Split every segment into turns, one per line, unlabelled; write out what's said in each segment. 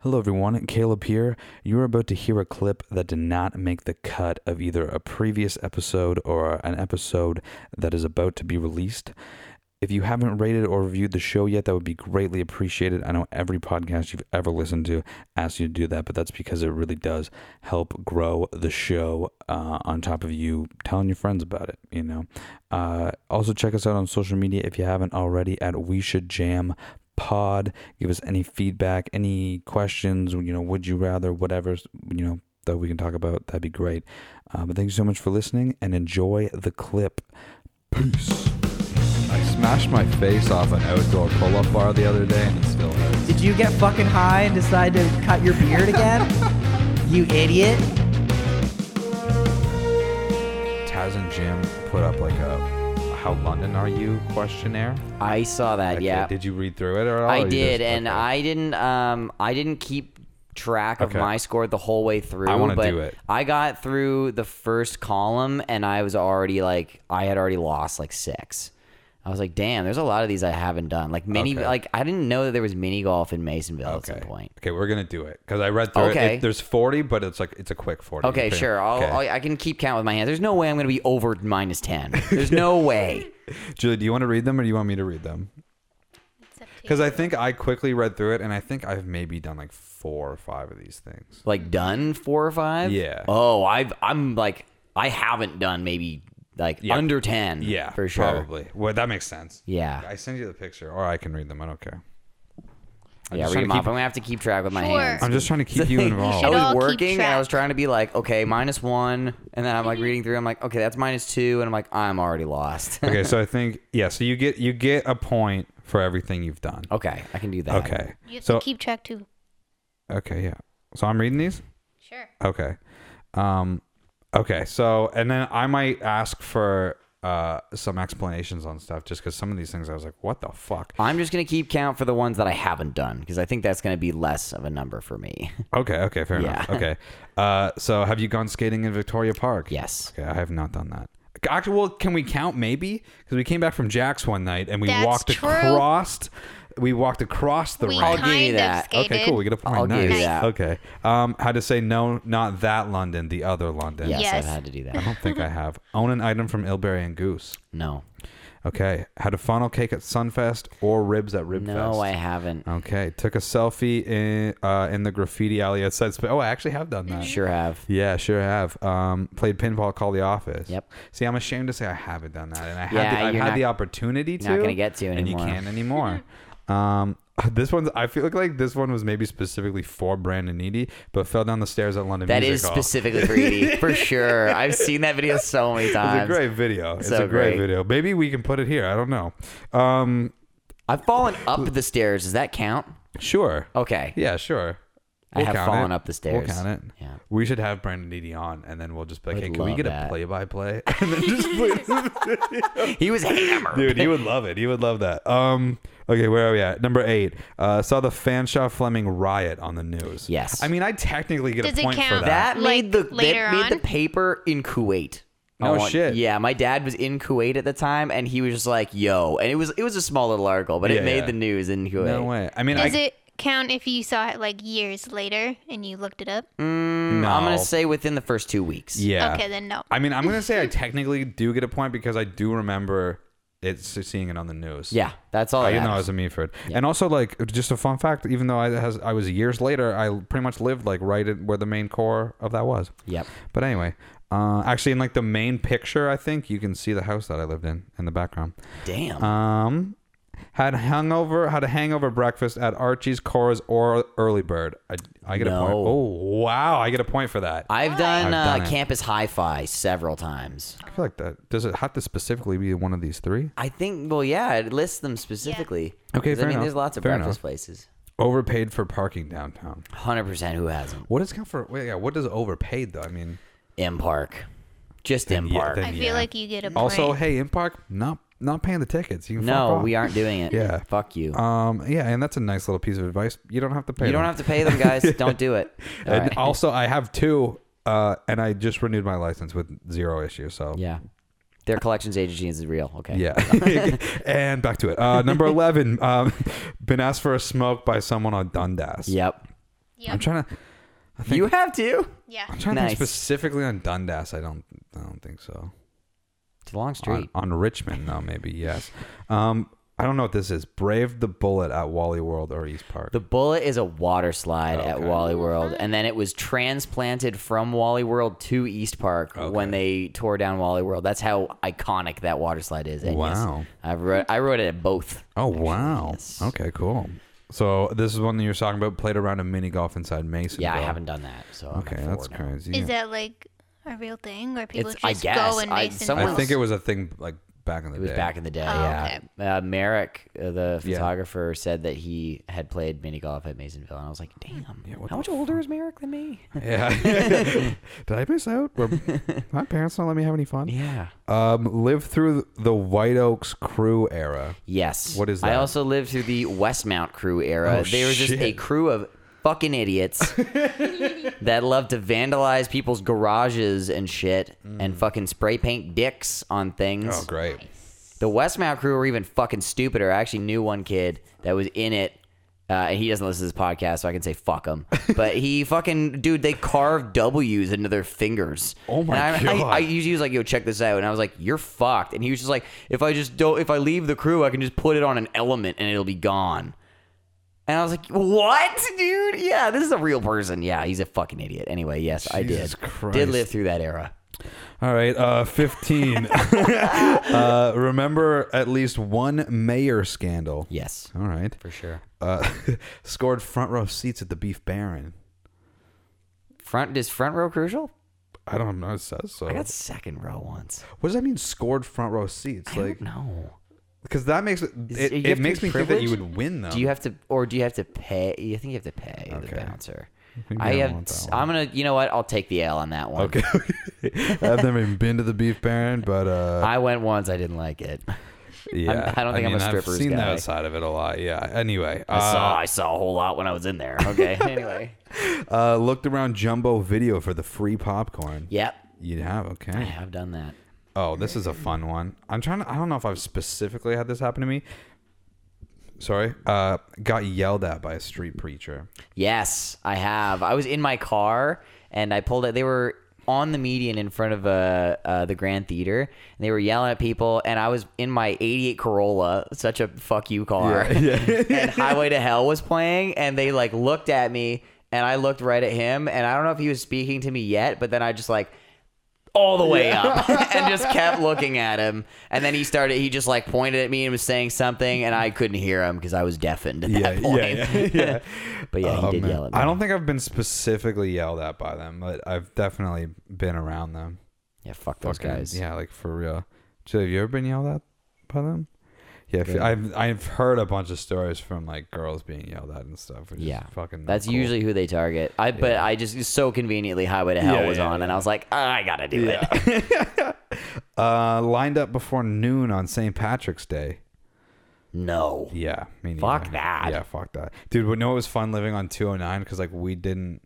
Hello, everyone. Caleb here. You are about to hear a clip that did not make the cut of either a previous episode or an episode that is about to be released. If you haven't rated or reviewed the show yet, that would be greatly appreciated. I know every podcast you've ever listened to asks you to do that, but that's because it really does help grow the show uh, on top of you telling your friends about it, you know. Uh, also, check us out on social media if you haven't already at We Should Jam pod give us any feedback any questions you know would you rather whatever you know that we can talk about that'd be great uh, but thank you so much for listening and enjoy the clip peace
I smashed my face off an outdoor pull-up bar the other day, and it still hurts.
Did you get fucking high and decide to cut your beard again? you idiot.
Taz and Jim put up like a "How London are you?" questionnaire.
I saw that.
Like,
yeah,
Did you read through it at all? or
I
you
did,
just-
and
okay.
I didn't. Um, I didn't keep track of
Okay.
my score the whole way through.
I wanna
but
do it.
I got through the first column, and I was already like, I had already lost like six. I was like, damn, there's a lot of these I haven't done. Like mini,
Okay.
like I didn't know that there was mini golf in Masonville at some
Okay.
point.
Okay, we're gonna do it because I read through it.
Okay.
it. There's 40, but it's like it's a quick 40.
Okay,
Okay.
sure. I'll, oh,
Okay.
I'll, I can keep count with my hands. There's no way I'm gonna be over minus ten. There's no way.
Julie, do you want to read them or do you want me to read them? Because I think I quickly read through it, and I think I've maybe done like four or five of these things.
like done four or five.
Yeah.
Oh, I've I'm like I haven't done maybe like
Yeah.
under ten.
Yeah,
for sure.
Probably. Well, that makes sense.
Yeah.
I send you the picture, or I can read them. I don't care. I'm
yeah.
just
Read
trying
them
to
off.
keep-
I'm gonna have to keep track with my
Sure.
hands.
I'm just trying to keep you involved.
I
should all
was
keep
working and I was
track. Mm-hmm.
trying to be like, okay, minus one, and then I'm like reading through. I'm like, okay, that's minus two, and I'm like, I'm already lost.
okay, so I think yeah, so you get you get a point for everything you've done.
okay, I can do that.
Okay.
You have
So
to keep track too.
okay, yeah. So I'm reading these?
Sure.
Okay. Um okay, so and then I might ask for uh some explanations on stuff just cuz some of these things I was like, what the fuck?
I'm just gonna keep count for the ones that I haven't done because I think that's gonna be less of a number for me.
Okay, okay, fair enough.
Yeah.
Okay. Uh so have you gone skating in Victoria Park?
yes.
Okay, I have not done that. Actually, well, can we count maybe? Because we came back from Jack's one night and we
That's
walked
true.
across. We walked across the
we
ramp.
I'll give you
kind of
that. Okay,
skated.
Okay, cool. We get a point.
I'll
nice.
give you that.
Okay. Um, how to say no? Not that London, the other London.
yes. I've
Yes.
had to do
I
that.
don't think I have. Own an item from Ilberry and Goose.
No.
Okay. Had a funnel cake at Sunfest or ribs at Ribfest.
No, I haven't.
Okay. Took a selfie in uh, in the graffiti alley outside. Sp- oh, I actually have done that.
Sure have.
Yeah, sure have. Um, played pinball. Call the office.
Yep.
See, I'm ashamed to say I haven't done that, and I
Yeah,
had the, I've
you're
had
not-
the opportunity to.
not gonna get to
and you
anymore.
can't anymore. um, this one's. I feel like this one was maybe specifically for Brandon Needy, but fell down the stairs at London.
That
Music
is
Hall.
specifically for Edie, for sure. I've seen that video so many
It's
times.
a great video. It's
So
a great,
great.
video. Maybe we can put it here. I don't know. Um,
I've fallen up the stairs. Does that count?
sure.
Okay.
Yeah, sure.
I have
count
fallen
it.
up the stairs.
We'll count it.
Yeah.
We should have Brandon Needy on, and then we'll just be like,
would
"Hey, can we
love
get a
that.
play-by-play?" And then just play
He was hammered.
Dude, he would love it. He would love that. Um, okay, where are we at? Number eight. Uh, saw the Fanshawe Fleming riot on the news.
Yes.
I mean, I technically get
Does
a
it
point for
count?
that.
That
Like,
made the that
later
made the
on?
paper in Kuwait.
No
I want-
shit.
Yeah, my dad was in Kuwait at the time, and he was just like, "Yo," and it was it was a small little article, but
Yeah,
it made
yeah.
the news in Kuwait.
No way. I mean,
Does
I,
it count if you saw it like years later and you looked it up?
no.
Mm, I'm gonna say within the first two weeks.
Mm. Oh. Yeah.
Okay, then no.
I mean, I'm gonna say I technically do get a point because I do remember it seeing it on the news.
Yeah, that's all.
I
I
didn't Oh, know I
got.
was in Meaford. And also, like, just a fun fact. Even though I has I was years later, I pretty much lived like right at where the main core of that was.
Yep.
But anyway, uh, actually, in like the main picture, I think you can see the house that I lived in in the background.
Damn.
Um, had hangover had a hangover breakfast at Archie's, Cora's, or Early Bird. I, I get a point.
No.
Oh wow, I get a point for that. I,
I've done,
I've done
uh,
it.
campus hi-fi several times.
feel like that. Does it have to specifically be one of these three?
I think. Well, yeah, it lists them specifically.
Okay,
'Cause,
fair
I mean,
enough.
there's lots of
Fair
breakfast
enough.
places.
Overpaid for parking downtown.
Hundred percent. Who hasn't?
What does count for? Wait, yeah, what does overpaid though? I mean,
M Park. Just M
yeah,
Park.
then-
I feel
yeah.
like you get a point.
also, hey, in park, not not paying the tickets. You can fuck
no,
off.
we aren't doing it.
Yeah.
Fuck you.
Um, yeah, and that's a nice little piece of advice. You don't have to pay.
you don't
them.
have to pay them, guys. Don't do it. All
And
right.
also, I have two, uh, and I just renewed my license with zero issue. So
yeah. Their collections agency is real. Okay.
Yeah. and back to it. Uh, number 11, um, been asked for a smoke by someone on Dundas.
Yep.
Yep.
I'm trying to. I think,
You have to.
yeah.
I'm trying to
Nice.
think specifically on Dundas. I don't. I don't think so.
It's a long
On,
street.
on Richmond, though, maybe yes. Um, I don't know what this is. Brave the bullet at Wally World or East Park.
The bullet is a water slide at
Okay.
Wally World, and then it was transplanted from Wally World to East Park when they tore down Wally World. That's how iconic that water slide is. And yes,
Wow.
I wrote I wrote it at both.
oh wow.
yes.
Okay, cool. So this is one that you're talking about. Played around in mini golf inside Mason.
Yeah, I haven't done that, so I'm
Okay,
at
that's
four now.
crazy.
Is that like a real thing where people
It's-
just
I guess.
go and
I-
Mason
someone-
I think it was a thing like back in the
It was
day.
back in the day.
Oh,
yeah. Uh, Merrick, uh, the
Yeah.
photographer, said that he had played mini golf at Masonville, and I was like, "Damn,
what
how much older is Merrick than me?"
yeah. Did I miss out? Were my parents don't let me have any fun.
yeah.
Um, live through the White Oaks crew era.
Yes.
What is
I
that?
also lived through the Westmount crew era.
Oh,
there was just a
shit.
crew of fucking idiots that loved to vandalize people's garages and shit and fucking spray paint dicks on things.
Mm. Oh, great.
The Westmount crew were even fucking stupider. I actually knew one kid that was in it. Uh, and he doesn't listen to this podcast, so I can say fuck him. But he fucking dude, they carved W's into their fingers.
Oh my
and I, I,
God.
I usually was like, "Yo, check this out," and I was like, "You're fucked." And he was just like, "If I just don't, if I leave the crew, I can just put it on an element and it'll be gone." And I was like, "What, dude? Yeah, this is a real person. Yeah, he's a fucking idiot." Anyway, yes, I
Jesus
did.
Christ.
Did live through that era.
All right, uh, 15. uh, remember at least one mayor scandal.
Yes,
All right.
for sure.
Uh, scored front row seats at the Beef Baron.
Front is front row crucial.
I don't know. It says so.
I got second row once.
What does that mean? Scored front row seats? like,
no.
because that makes it.
Is-
It,
you
it
have to
makes
be
me think that you
privileged?
would win though.
Do you have to, or do you have to pay? You think you have to pay the
um, Okay.
bouncer?
Maybe
I
I
have.
want that
I'm gonna. You know what? I'll take the L on that one.
Okay. I've never even been to the Beef Baron, but uh,
I went once. I didn't like it.
yeah.
I don't think I'm a
I've
stripper's
seen
guy.
that side of it a lot. Yeah. Anyway,
I saw.
uh,
I saw a whole lot when I was in there. Okay. anyway.
uh, looked around Jumbo Video for the free popcorn.
Yep.
You have
I
okay.
have done that.
Oh, this is a fun one. I'm trying to. I don't know if I've specifically had this happen to me. Sorry. Uh, got yelled at by a street preacher.
Yes, I have. I was in my car and I pulled it. They were on the median in front of uh, uh, the Grand Theater and they were yelling at people. And I was in my 88 Corolla, such a fuck you car. and Highway to Hell was playing and they like looked at me and I looked right at him. And I don't know if he was speaking to me yet, but then I just like all the way up and just kept looking at him. And then he started, he just like pointed at me and was saying something, and I couldn't hear him because I was deafened at
Yeah,
that point.
yeah,
but yeah, he
Oh,
did
man.
yell at me.
I don't think I've been specifically yelled at by them, but I've definitely been around them.
Yeah, fuck those
Fucking-
guys.
Yeah, like for real. So have you ever been yelled at by them? Yeah, if, I've I've heard a bunch of stories from like girls being yelled at and stuff. Which
Yeah.
is fucking. not
That's
cool.
usually who they target. I but I just so conveniently Highway to Hell
Yeah,
was
yeah,
on, and I was like, "Ah, I gotta do it.
uh, lined up before noon on St. Patrick's Day.
No.
Yeah, me neither.
Fuck that.
Yeah, fuck that, dude. We know it was fun living on 209 because like we didn't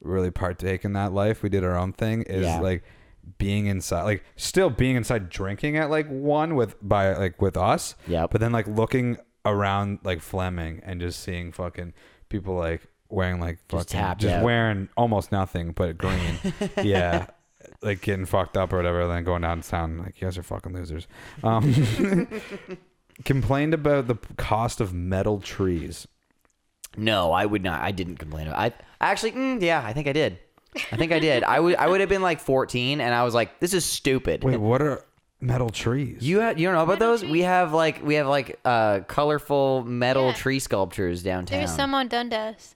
really partake in that life. We did our own thing. Is
Yeah.
like being inside, like still being inside, drinking at like one with by like with us.
Yep.
But then like looking around like Fleming and just seeing fucking people like wearing like fucking just,
tapped out.
wearing almost nothing but green. yeah. Like getting fucked up or whatever, and then going downtown. Like you guys are fucking losers. Um, complained about the p- cost of metal trees.
No, I would not. I didn't complain. About I actually, mm, yeah, I think I did. I think I did. I would. I would have been like 14, and I was like, "This is stupid."
Wait, what are metal trees?
You ha- you don't know about those? We have like we have like uh colorful metal
Yeah.
tree sculptures downtown.
There's some on Dundas.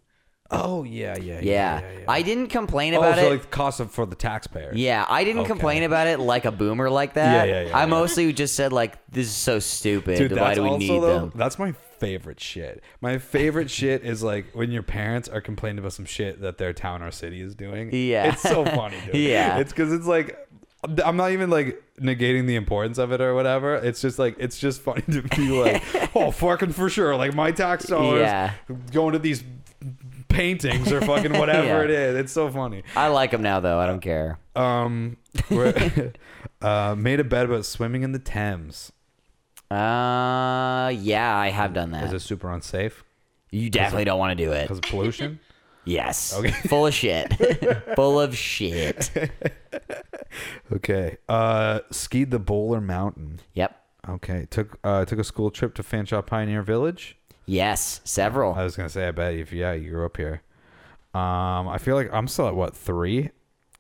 oh yeah, yeah, yeah.
yeah. I didn't complain
oh,
about
so
it.
like cost of for the taxpayer.
Yeah, I didn't
Okay.
complain about it like a boomer like that.
Yeah, yeah, yeah,
I
yeah.
mostly just said like, "This is so stupid. Why do we need
though-
them?"
That's my favorite shit. My favorite shit is like when your parents are complaining about some shit that their town or city is doing.
Yeah.
it's so funny. Dude.
Yeah.
it's because it's like. I'm not even like negating the importance of it or whatever. It's just like it's just funny to be like, oh, fucking for sure, like my tax dollars
Yeah.
going to these paintings or fucking whatever
Yeah.
it is. It's so funny.
I like them now though. I don't care.
Um, we're- uh, made a bet about swimming in the Thames.
Uh, yeah, I have done
Is
that.
it super unsafe
Uh. You definitely don't want to do it.
because of pollution?
Yes. Okay. Full of shit. Full of shit.
Okay. Uh, skied the Bowler Mountain.
Yep.
Okay. Took uh, took a school trip to Fanshawe Pioneer Village.
Yes. Several.
I was gonna say, I bet if yeah, you grew up here. Um, I feel like I'm still at what three.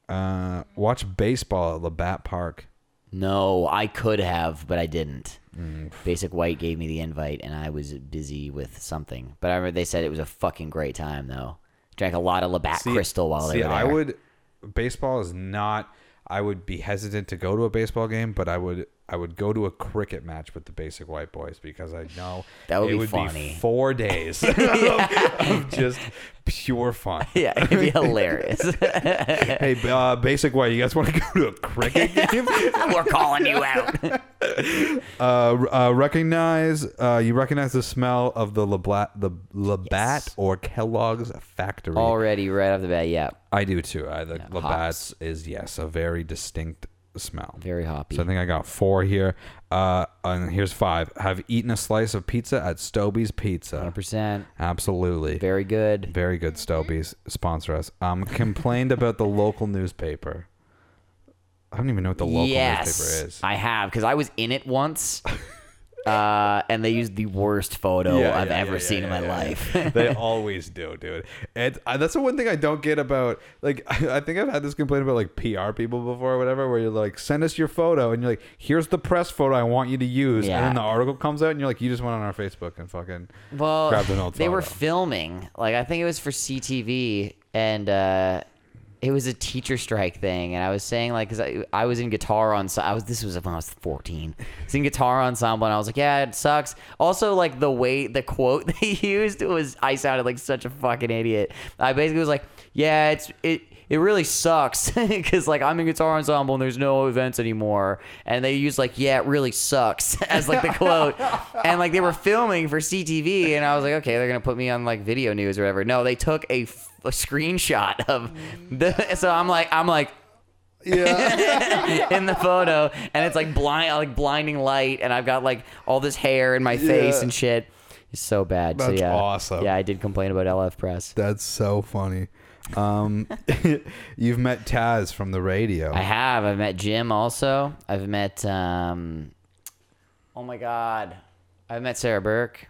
Uh, watch baseball at Labatt Park.
No, I could have, but I didn't.
Mm,
Basic White gave me the invite, and I was busy with something. But I remember they said it was a fucking great time, though. Drank a lot of Labatt Crystal while
see,
they were there.
I would. Baseball is not. I would be hesitant to go to a baseball game, but I would. I would go to a cricket match with the basic white boys because I know
That would
it
be
would
funny.
be four days of, of just pure fun.
Yeah, it'd be hilarious.
Hey, uh, basic white, you guys want to go to a cricket game?
we're calling you out.
uh, uh, recognize uh, you recognize the smell of the Lablat, the Labatt or Kellogg's factory.
Already, right off the bat, yeah.
I do too. I, the Labatt's
hops.
is yes a very distinct smell.
Very hoppy.
So I think I got four here. Uh, and here's five. Have eaten a slice of pizza at Stobie's Pizza.
100%.
Absolutely. Very,
Very good.
good. Stobie's sponsor us. Um, complained about the local newspaper. I don't even know what the local
yes,
newspaper is.
I have because I was in it once, uh, and they used the worst photo
Yeah,
I've
yeah,
ever
yeah,
seen
yeah,
in my
yeah, yeah.
life.
they always do, dude. And I, that's the one thing I don't get about. Like, I, think I've had this complaint about like PR people before or whatever, where you're like, send us your photo, and you're like, here's the press photo I want you to use,
Yeah.
and then the article comes out, and you're like, you just went on our Facebook and fucking
Well,
grabbed an old
they were
photo.
filming. Like I think it was for CTV, and uh, it was a teacher strike thing. And I was saying like, 'cause I, I was in guitar on. I was this was when I was fourteen. I was in guitar ensemble, and I was like, yeah, it sucks. Also, like the way the quote they used was, I sounded like such a fucking idiot. I basically was like, yeah, it's it. It really sucks because like I'm in guitar ensemble and there's no events anymore, and they use like yeah, it really sucks as like the quote, and like they were filming for CTV, and I was like, okay, they're gonna put me on like video news or whatever. No, they took a, f- a screenshot of the, so I'm like, I'm like. in the photo and it's like blind like blinding light and I've got like all this hair in my face and shit. It's so bad.
That's
so yeah.
awesome.
Yeah, I did complain about LF Press.
That's so funny. Um, you've met Taz from the radio.
I have. I've met Jim also. I've met um Oh my god. I've met Sarah Burke.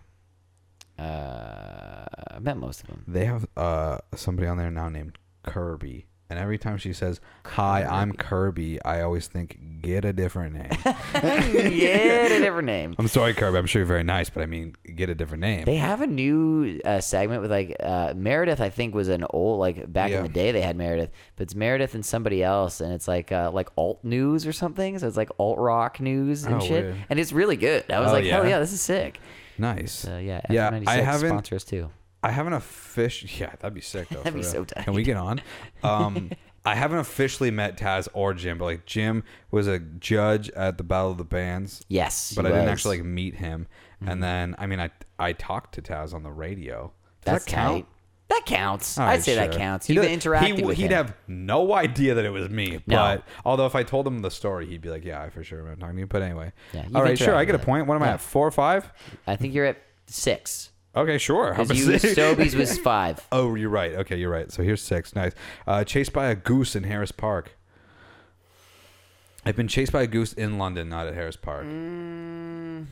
Uh I've met most of them.
they have uh somebody on there now named Kirby. And every time she says, Hi, I'm Kirby, I always think, get a different name.
yeah, a different name.
I'm sorry, Kirby. I'm sure you're very nice, but I mean, get a different name.
They have a new uh, segment with like uh, Meredith. I think was an old like back
Yeah.
in the day they had Meredith, but it's Meredith and somebody else, and it's like uh, like alt news or something. So it's like alt rock news and
Oh,
shit,
weird.
and it's really good. I was
Oh,
like, hell
yeah?
yeah, this is sick.
nice.
So yeah,
yeah.
F96
I haven't.
sponsors too.
I haven't officially. Yeah, that'd be sick though.
That'd
for
be
real.
so tight.
Can we get on? Um, I haven't officially met Taz or Jim, but like Jim was a judge at the Battle of the Bands.
Yes,
but I
he
didn't
was. Mm-hmm.
actually like meet him. And then I mean, I I talked to Taz on the radio. Does
That's
that count?
tight. That counts.
All
I'd
right,
say that
sure.
counts.
He
You've been
does-
interacting
He,
with
would
him.
have no idea that it was me.
No.
But although if I told him the story, he'd be like, "Yeah, I for sure remember talking to you." But anyway,
Yeah, you've
all right, sure. I
interacted
get a
with him.
point. What am I
Yeah.
at? Four or five?
I think you're at six.
Okay, sure. How
Because you
about six?
Sobeys was five.
Oh, you're right. Okay, you're right. So here's six. Nice. Uh, chased by a goose in Harris Park. I've been chased by a goose in London, not at Harris Park.
Mm.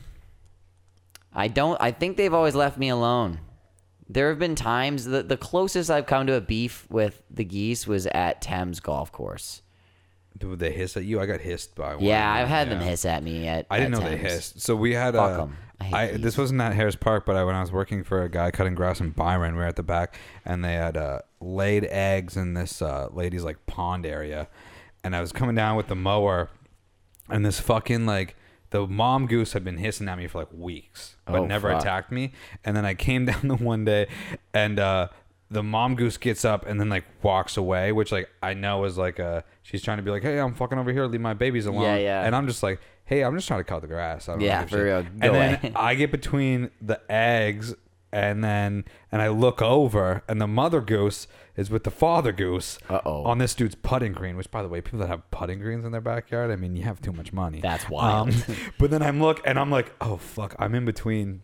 I don't. I think they've always left me alone. There have been times the the closest I've come to a beef with the geese was at Thames Golf Course.
Did they hiss at you? I got hissed by one.
Yeah, I've had them
Yeah.
hiss at me at.
I didn't know
at
they
Thames.
hissed. So we had
Fuck
uh,
'em. I hate
I,
these.
this wasn't at Harris Park, but I, when I was working for a guy cutting grass in Byron, we were at the back, and they had uh, laid eggs in this uh, lady's like pond area, and I was coming down with the mower, and this fucking like the mom goose had been hissing at me for like weeks, but
Oh,
never
fuck.
attacked me, and then I came down the one day, and uh, the mom goose gets up and then like walks away, which like I know is like a she's trying to be like, hey, I'm fucking over here, leave my babies alone,
Yeah, yeah.
and I'm just like. Hey, I'm just trying to cut the grass. I don't
Yeah,
give a
for
shit.
real.
And
Go
then
away.
I get between the eggs and then and I look over and the mother goose is with the father goose
Uh-oh.
on this dude's putting green, which by the way, people that have putting greens in their backyard, I mean you have too much money. Um,
That's wild.
but then I'm look and I'm like, oh fuck, I'm in between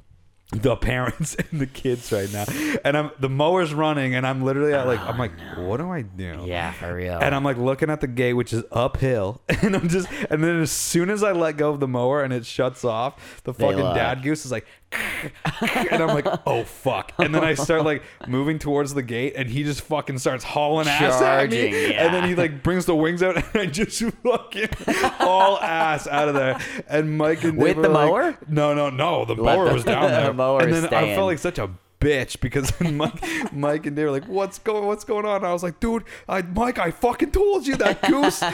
the parents and the kids right now. And I'm the mower's running, and I'm literally at like I'm like, what do I do?
Ah, Yeah, for real.
And I'm like looking at the gate, which is uphill, and I'm just, and then as soon as I let go of the mower and it shuts off, the fucking
love.
dad goose is like, and I'm like, oh fuck, and then I start like moving towards the gate, and he just fucking starts hauling ass at me,
Charging,
and then he like brings the wings out, and I just fucking haul ass out of there, and Mike and
With
Dave were
the
like,
mower?
no, no, no, the
Let
mower
the-
was down
the
there,
mower
and
is
then I
staying.
felt like such a bitch because then Mike, Mike and Dave were like, "What's going? What's going on?" I was like, "Dude, I, Mike, I fucking told you that goose is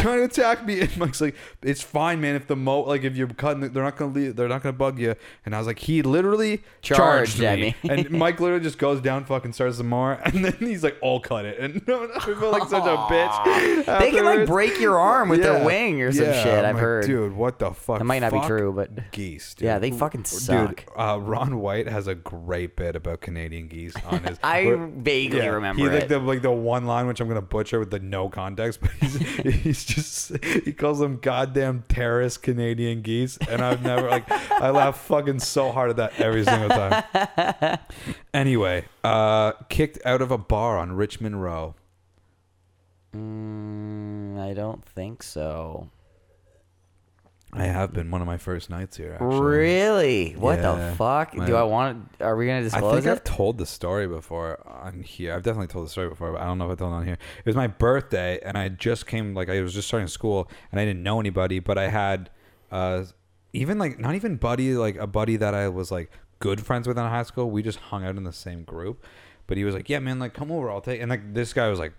trying to attack me." And Mike's like, "It's fine, man. If the mo like if you're cutting, they're not gonna leave, they're not gonna bug you." And I was like, "He literally charged,
Charged at
me.
me.
and Mike literally just goes down, fucking starts some more, and then he's like, "I'll cut it." And no, no, I felt like such a bitch.
they can like
afterwards.
break your arm with
Yeah.
their wing or some
Yeah,
shit.
I'm
I've
like,
heard.
Dude, what the fuck?
That might not be
Fuck
true, but-
geese. Dude.
yeah, they fucking suck.
Dude, uh, Ron White has a great bit about Canadian geese on his.
I
where-
vaguely
yeah,
remember
he, like
it.
the like the one line which I'm gonna butcher with the no context, but he's, he's just he calls them goddamn terrorist Canadian geese, and I've never like I laugh fucking so hard at that every single time. Anyway, uh, kicked out of a bar on Richmond Row.
Mm, I don't think so.
I have been one of my first nights here. Actually.
Really? What
Yeah.
the fuck?
My-
Do I want? Are we gonna
I
disclose
think
it?
I've told the story before on here. I've definitely told the story before, but I don't know if I told it on here. It was my birthday, and I just came like I was just starting school, and I didn't know anybody, but I had uh, even like not even buddy like a buddy that I was like good friends with in high school. We just hung out in the same group, but he was like, "Yeah, man, like come over, I'll take." And like this guy was like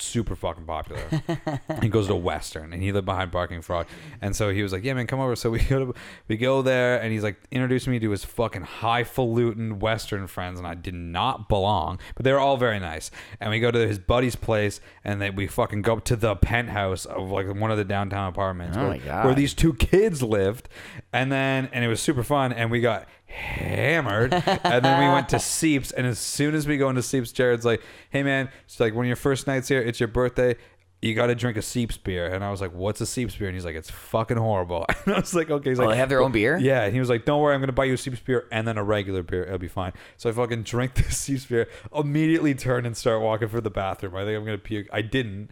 super fucking popular. he goes to Western and he lived behind Barking Frog. And so he was like, Yeah, man, come over. So we go to, we go there and he's like introducing me to his fucking highfalutin Western friends and I did not belong, but they were all very nice. And we go to his buddy's place and then we fucking go up to the penthouse of like one of the downtown apartments
Oh
where,
my God.
where these two kids lived. And then and it was super fun and we got hammered and then we went to Seeps and as soon as we go into Seeps Jared's like hey man it's like one of your first nights here it's your birthday you got to drink a Seeps beer and I was like what's a Seeps beer and he's like it's fucking horrible and I was like okay he's
Oh,
like
they have their own beer?
yeah and he was like don't worry I'm gonna buy you a Seeps beer and then a regular beer it'll be fine so I fucking drink the Seeps beer immediately turn and start walking for the bathroom I think I'm gonna puke I didn't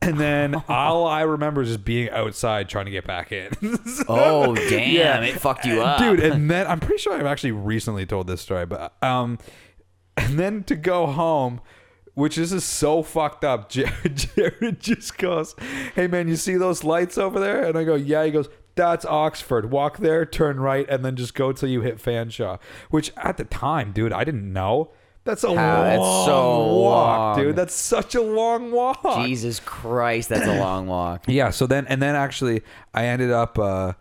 and then all I remember is just being outside trying to get back in
oh damn! It fucked you up,
dude and then i'm pretty sure i've actually recently told this story but um and then to go home which this is so fucked up jared, jared just goes hey man you see those lights over there and i go yeah he goes that's Oxford. Walk there, turn right, and then just go till you hit Fanshawe. Which at the time, dude, I didn't know. That's a
How-
long
that's so
walk,
long.
dude. That's such a long walk.
Jesus Christ, that's a long walk.
Yeah. So then, and then actually, I ended up. Uh,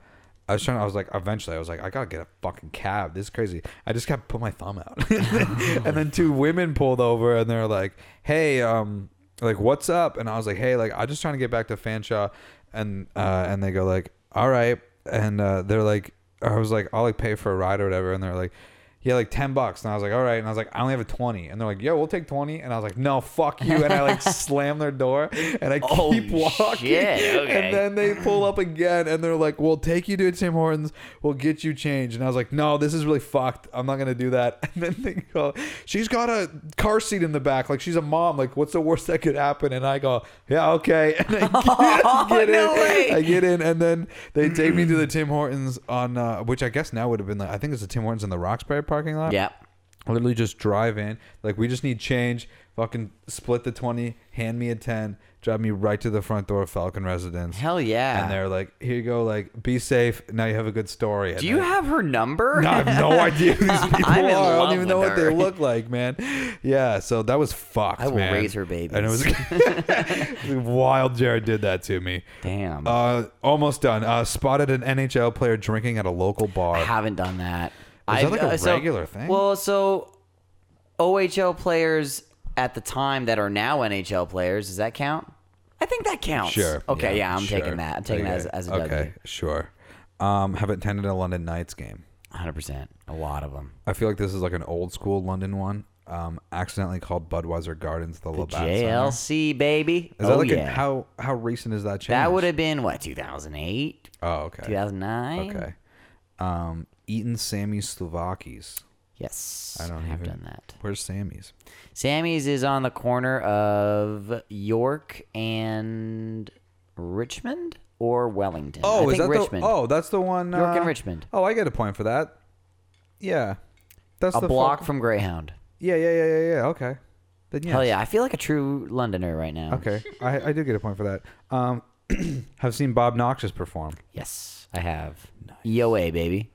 I was trying. I was like, eventually, I was like, I gotta get a fucking cab. This is crazy. I just got to put my thumb out, and, then, and then two women pulled over, and they're like, "Hey, um, like, what's up?" And I was like, "Hey, like, I'm just trying to get back to Fanshawe," and uh, and they go like, "All right," and uh, they're like, I was like, "I'll like pay for a ride or whatever," and they're like. Yeah, like ten bucks, and I was like, "All right," and I was like, "I only have a 20. and they're like, "Yeah, we'll take 20. and I was like, "No, fuck you," and I like slammed their door, and I
Oh,
keep walking.
shit, okay.
And then they pull up again and they're like, We'll take you to Tim Hortons, we'll get you changed. And I was like, No, this is really fucked. I'm not gonna do that. And then they go, She's got a car seat in the back, like she's a mom, like what's the worst that could happen? And I go, Yeah, okay. And I get, get
no
in.
way.
I get in and then they take me to the Tim Hortons on uh, which I guess now would have been like I think it's the Tim Hortons in the Roxbury parking lot.
Yeah.
Literally just drive in. Like we just need change. Fucking split the twenty. Hand me a ten. Drive me right to the front door of Falcon Residence.
Hell yeah.
And they're like, "Here you go. Like, be safe. Now you have a good story." And
Do you
I-
have her number?
No, I have no idea who these people
I'm in
are. I
love
don't even
with
know what they
her.
look like, man. Yeah, so that was fucked.
I will
man.
raise her babies.
And it was wild. Jared did that to me.
Damn.
Uh, almost done. Uh, spotted an NHL player drinking at a local
I
bar.
haven't done that.
that
I've- uh,
like a
so-
regular thing?
Well, so OHL players at the time that are now NHL players, does that count? I think that counts.
Sure.
Okay, yeah, I'm
sure.
taking that. I'm taking that as,
Okay,
as a
okay.
W.
Sure. Um, have attended a London Knights game.
100%. A lot of them.
I feel like this is like an old school London one. Um, accidentally called Budweiser Gardens the, Labatt Center. Is
JLC, baby.
that
oh,
like
yeah.
a, how how recent is that change?
that would have been, what, 2008?
Oh, okay.
2009?
Okay. Um, Eaton Sammy Slovakis.
Yes,
I don't
have
either.
done that.
Where's Sammy's?
Sammy's is on the corner of York and Richmond or Wellington. I
Oh, is
think
that
Richmond.
the? Oh, that's the one.
York and
uh,
Richmond.
Oh, I get a point for that. Yeah, that's
a
the
block
fuck-
from Greyhound.
yeah, yeah, yeah, yeah, yeah. Okay, then yeah.
Hell yeah, I feel like a true Londoner right now.
Okay, I, I do get a point for that. Um, have seen Bob Noxious perform.
Yes, I have. EOA, baby.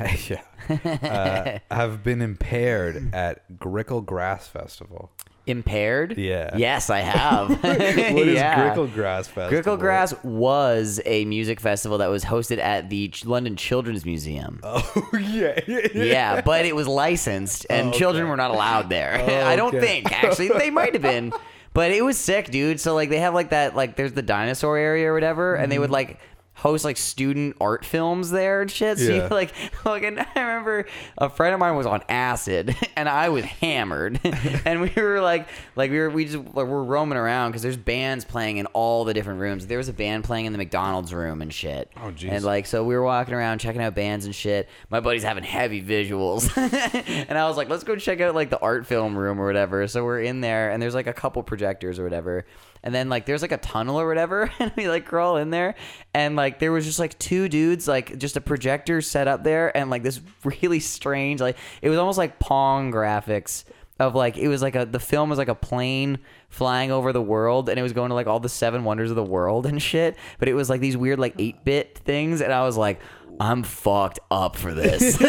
yeah. Uh, have been impaired at Grickle Grass Festival.
Impaired?
Yeah.
Yes, I have. what
What is Grickle Grass Festival?
Grickle Grass was a music festival that was hosted at the Ch- London Children's Museum.
Oh yeah.
Yeah, but it was licensed and children were not allowed there. I don't
Oh, okay.
think actually they might have been. But it was sick, dude. So like they have like that like there's the dinosaur area or whatever and
Mm-hmm.
they would like host like student art films there and shit. So you
Yeah.
like fucking I remember a friend of mine was on acid and I was hammered. and we were like like we were we just like we're roaming around cuz there's bands playing in all the different rooms. There was a band playing in the McDonald's room and shit.
Oh, jeez.
And like so we were walking around checking out bands and shit. My buddy's having heavy visuals. and I was like, let's go check out like the art film room or whatever. So we're in there and there's like a couple projectors or whatever. And then like there's like a tunnel or whatever and we like crawl in there and like there was just like two dudes like just a projector set up there and like this really strange like it was almost like Pong graphics of like it was like a the film was like a plane flying over the world and it was going to like all the seven wonders of the world and shit but it was like these weird like 8-bit things and i was like i'm fucked up for this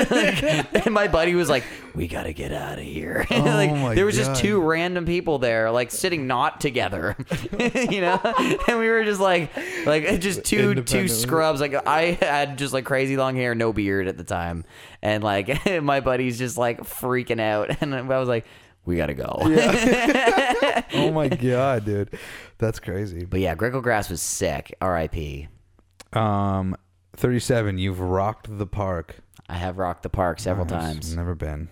and my buddy was like we gotta get out of here like
my
there was
God.
just two random people there like sitting not together you know and we were just like like just two two
Independently.
scrubs like i had just like crazy long hair no beard at the time and like my buddy's just like freaking out and i was like we gotta go
oh my god, dude, that's crazy.
But yeah, Greco Grass was sick. R.I.P.
Um, thirty-seven. You've rocked the park.
I have rocked the park several times.
Never been.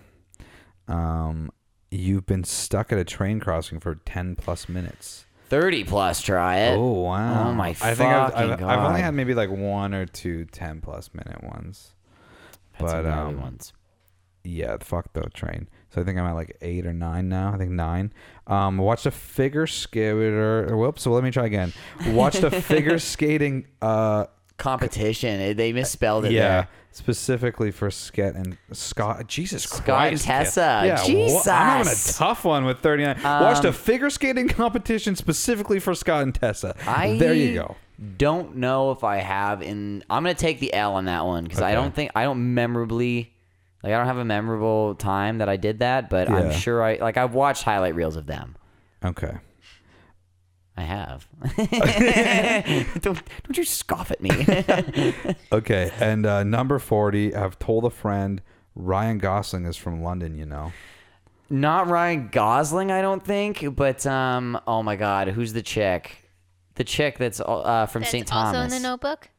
Um, you've been stuck at a train crossing for ten plus minutes.
Thirty plus, try it.
Oh wow!
Oh my
I think I've,
fucking
I've, I've only
God.
had maybe like one or two 10 plus minute ones.
Had some
but,
gnarly
um,
ones.
Yeah, fuck the train. So I think I'm at like eight or nine now. I think nine. Um, watched a figure skater. Whoops. So let me try again. Watched a figure skating. Uh,
competition. It- They misspelled it.
yeah,
there.
specifically for Sket and Scott. Jesus
Scott
Christ,
Tessa.
Yeah, wha- I'm having a
Jesus. Um,
tough one with 39. watched a figure skating competition specifically for Scott and Tessa.
I
there you go.
Don't know if I have in. I'm gonna take the L on that one because I
Okay.
don't think I don't memorably. Like I don't have a memorable time that I did that, but I'm
Yeah.
sure I like I've watched highlight reels of them.
Okay.
I have. don't don't you scoff at me.
Okay, and uh, number forty, I've told a friend Ryan Gosling is from London. You know,
Not Ryan Gosling, I don't think, but um, oh my God, who's the chick? The chick that's uh, from
That's
St. Thomas.
also in the notebook.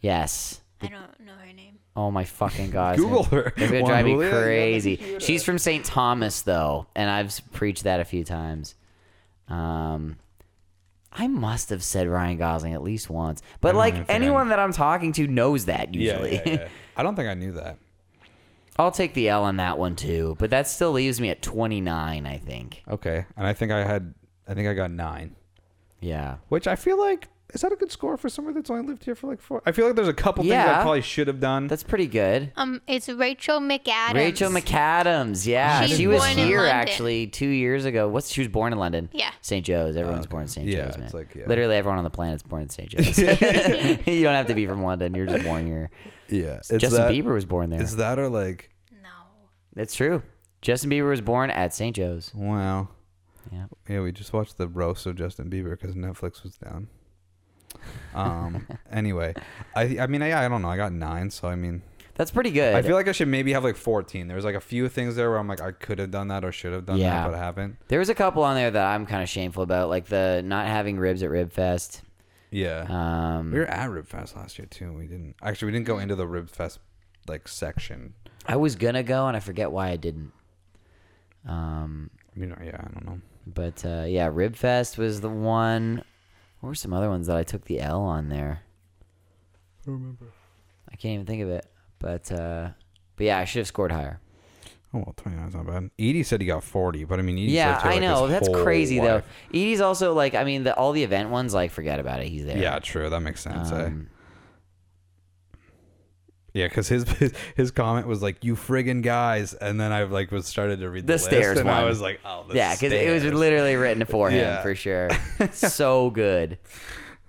yes.
I don't know her name.
Oh my fucking god! it's
Google
gonna-
her.
It's gonna
Juan
drive me
Julia, you're on the
crazy. She's from St. Thomas though, and I've s- preached that a few times. Um, I must have said Ryan Gosling at least once, but
even
like
think I-
anyone that I'm talking to knows that usually.
I don't think I knew that.
I'll take the L on that one too, but that still leaves me at 29, I think.
Okay, and I think I had, I think I got nine,
Yeah.
which I feel like is that a good score for someone that's only lived here for like four. I feel like there's a couple things
Yeah.
I probably should have done.
That's pretty good.
Um, it's Rachel McAdams.
Rachel McAdams, yeah,
She's
she was
born in
here
London.
actually two years ago. What's she was born in London?
Yeah.
St. Joe's. Everyone's born in St.
Oh, Yeah,
Joe's, man.
it's like, yeah.
Literally everyone on the planet's born in St. Joe's. you don't have to be from London. You're just born here.
yeah, it's
Justin Bieber was born there.
that or like
No.
That's true. Justin Bieber was born at St. Joe's.
wow?
Yeah.
Yeah, we just watched the roast of Justin Bieber because Netflix was down. Um. anyway, I I mean I, I don't know. I got nine, so I mean
That's pretty good.
I feel like I should maybe have like 14. There was like a few things there where I'm like, I could have done that or should have done
Yeah.
that, but I haven't.
there was a couple on there that I'm kind of shameful about, like the not having ribs at Rib Fest.
Yeah.
Um,
we Uh, were at Rib Fest last year too, and we didn't actually we didn't go into the Rib Fest like section.
I was gonna go, and I forget why I didn't. Um,
You know, yeah, I don't know.
But uh, yeah, Rib Fest was the one. What were some other ones that I took the L on there? I remember. I can't even think of it. But uh, but yeah, I should have scored higher.
Oh well, twenty nine's not bad. Edie said he got forty, but I mean, Edie's
yeah,
lived here,
I
like, his
know. That's
whole
crazy
life.
though. Edie's also like, I mean, the, all the event ones, like, forget about it. He's there.
Yeah, true. That makes sense. eh?
Um,
Yeah, because his, his his comment was like, "You friggin' guys," and then I like was started to read
The
the, list,
stairs
and I
one.
was like, "Oh, the
yeah, because it was
stairs.
literally written for him
Yeah.
for sure. so good.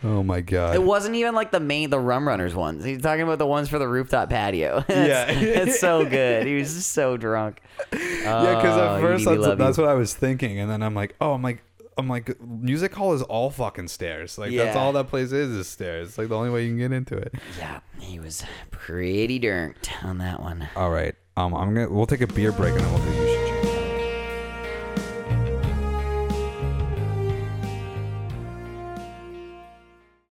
Oh my god.
It wasn't even like the main, the Rum Runners ones. He's talking about the ones for the rooftop patio. that's,
Yeah.
that's so good. He was just so drunk.
yeah, because
Oh,
at first
Edie, we
that's,
love
that's
you.
what I was thinking, and then I'm like, "Oh, I'm like." I'm like, music hall is all fucking stairs. Like that's
Yeah.
all that place is is stairs. Like the only way you can get into it.
Yeah, he was pretty dirked on that one.
All right, um, I'm gonna we'll take a beer break and then we'll do you should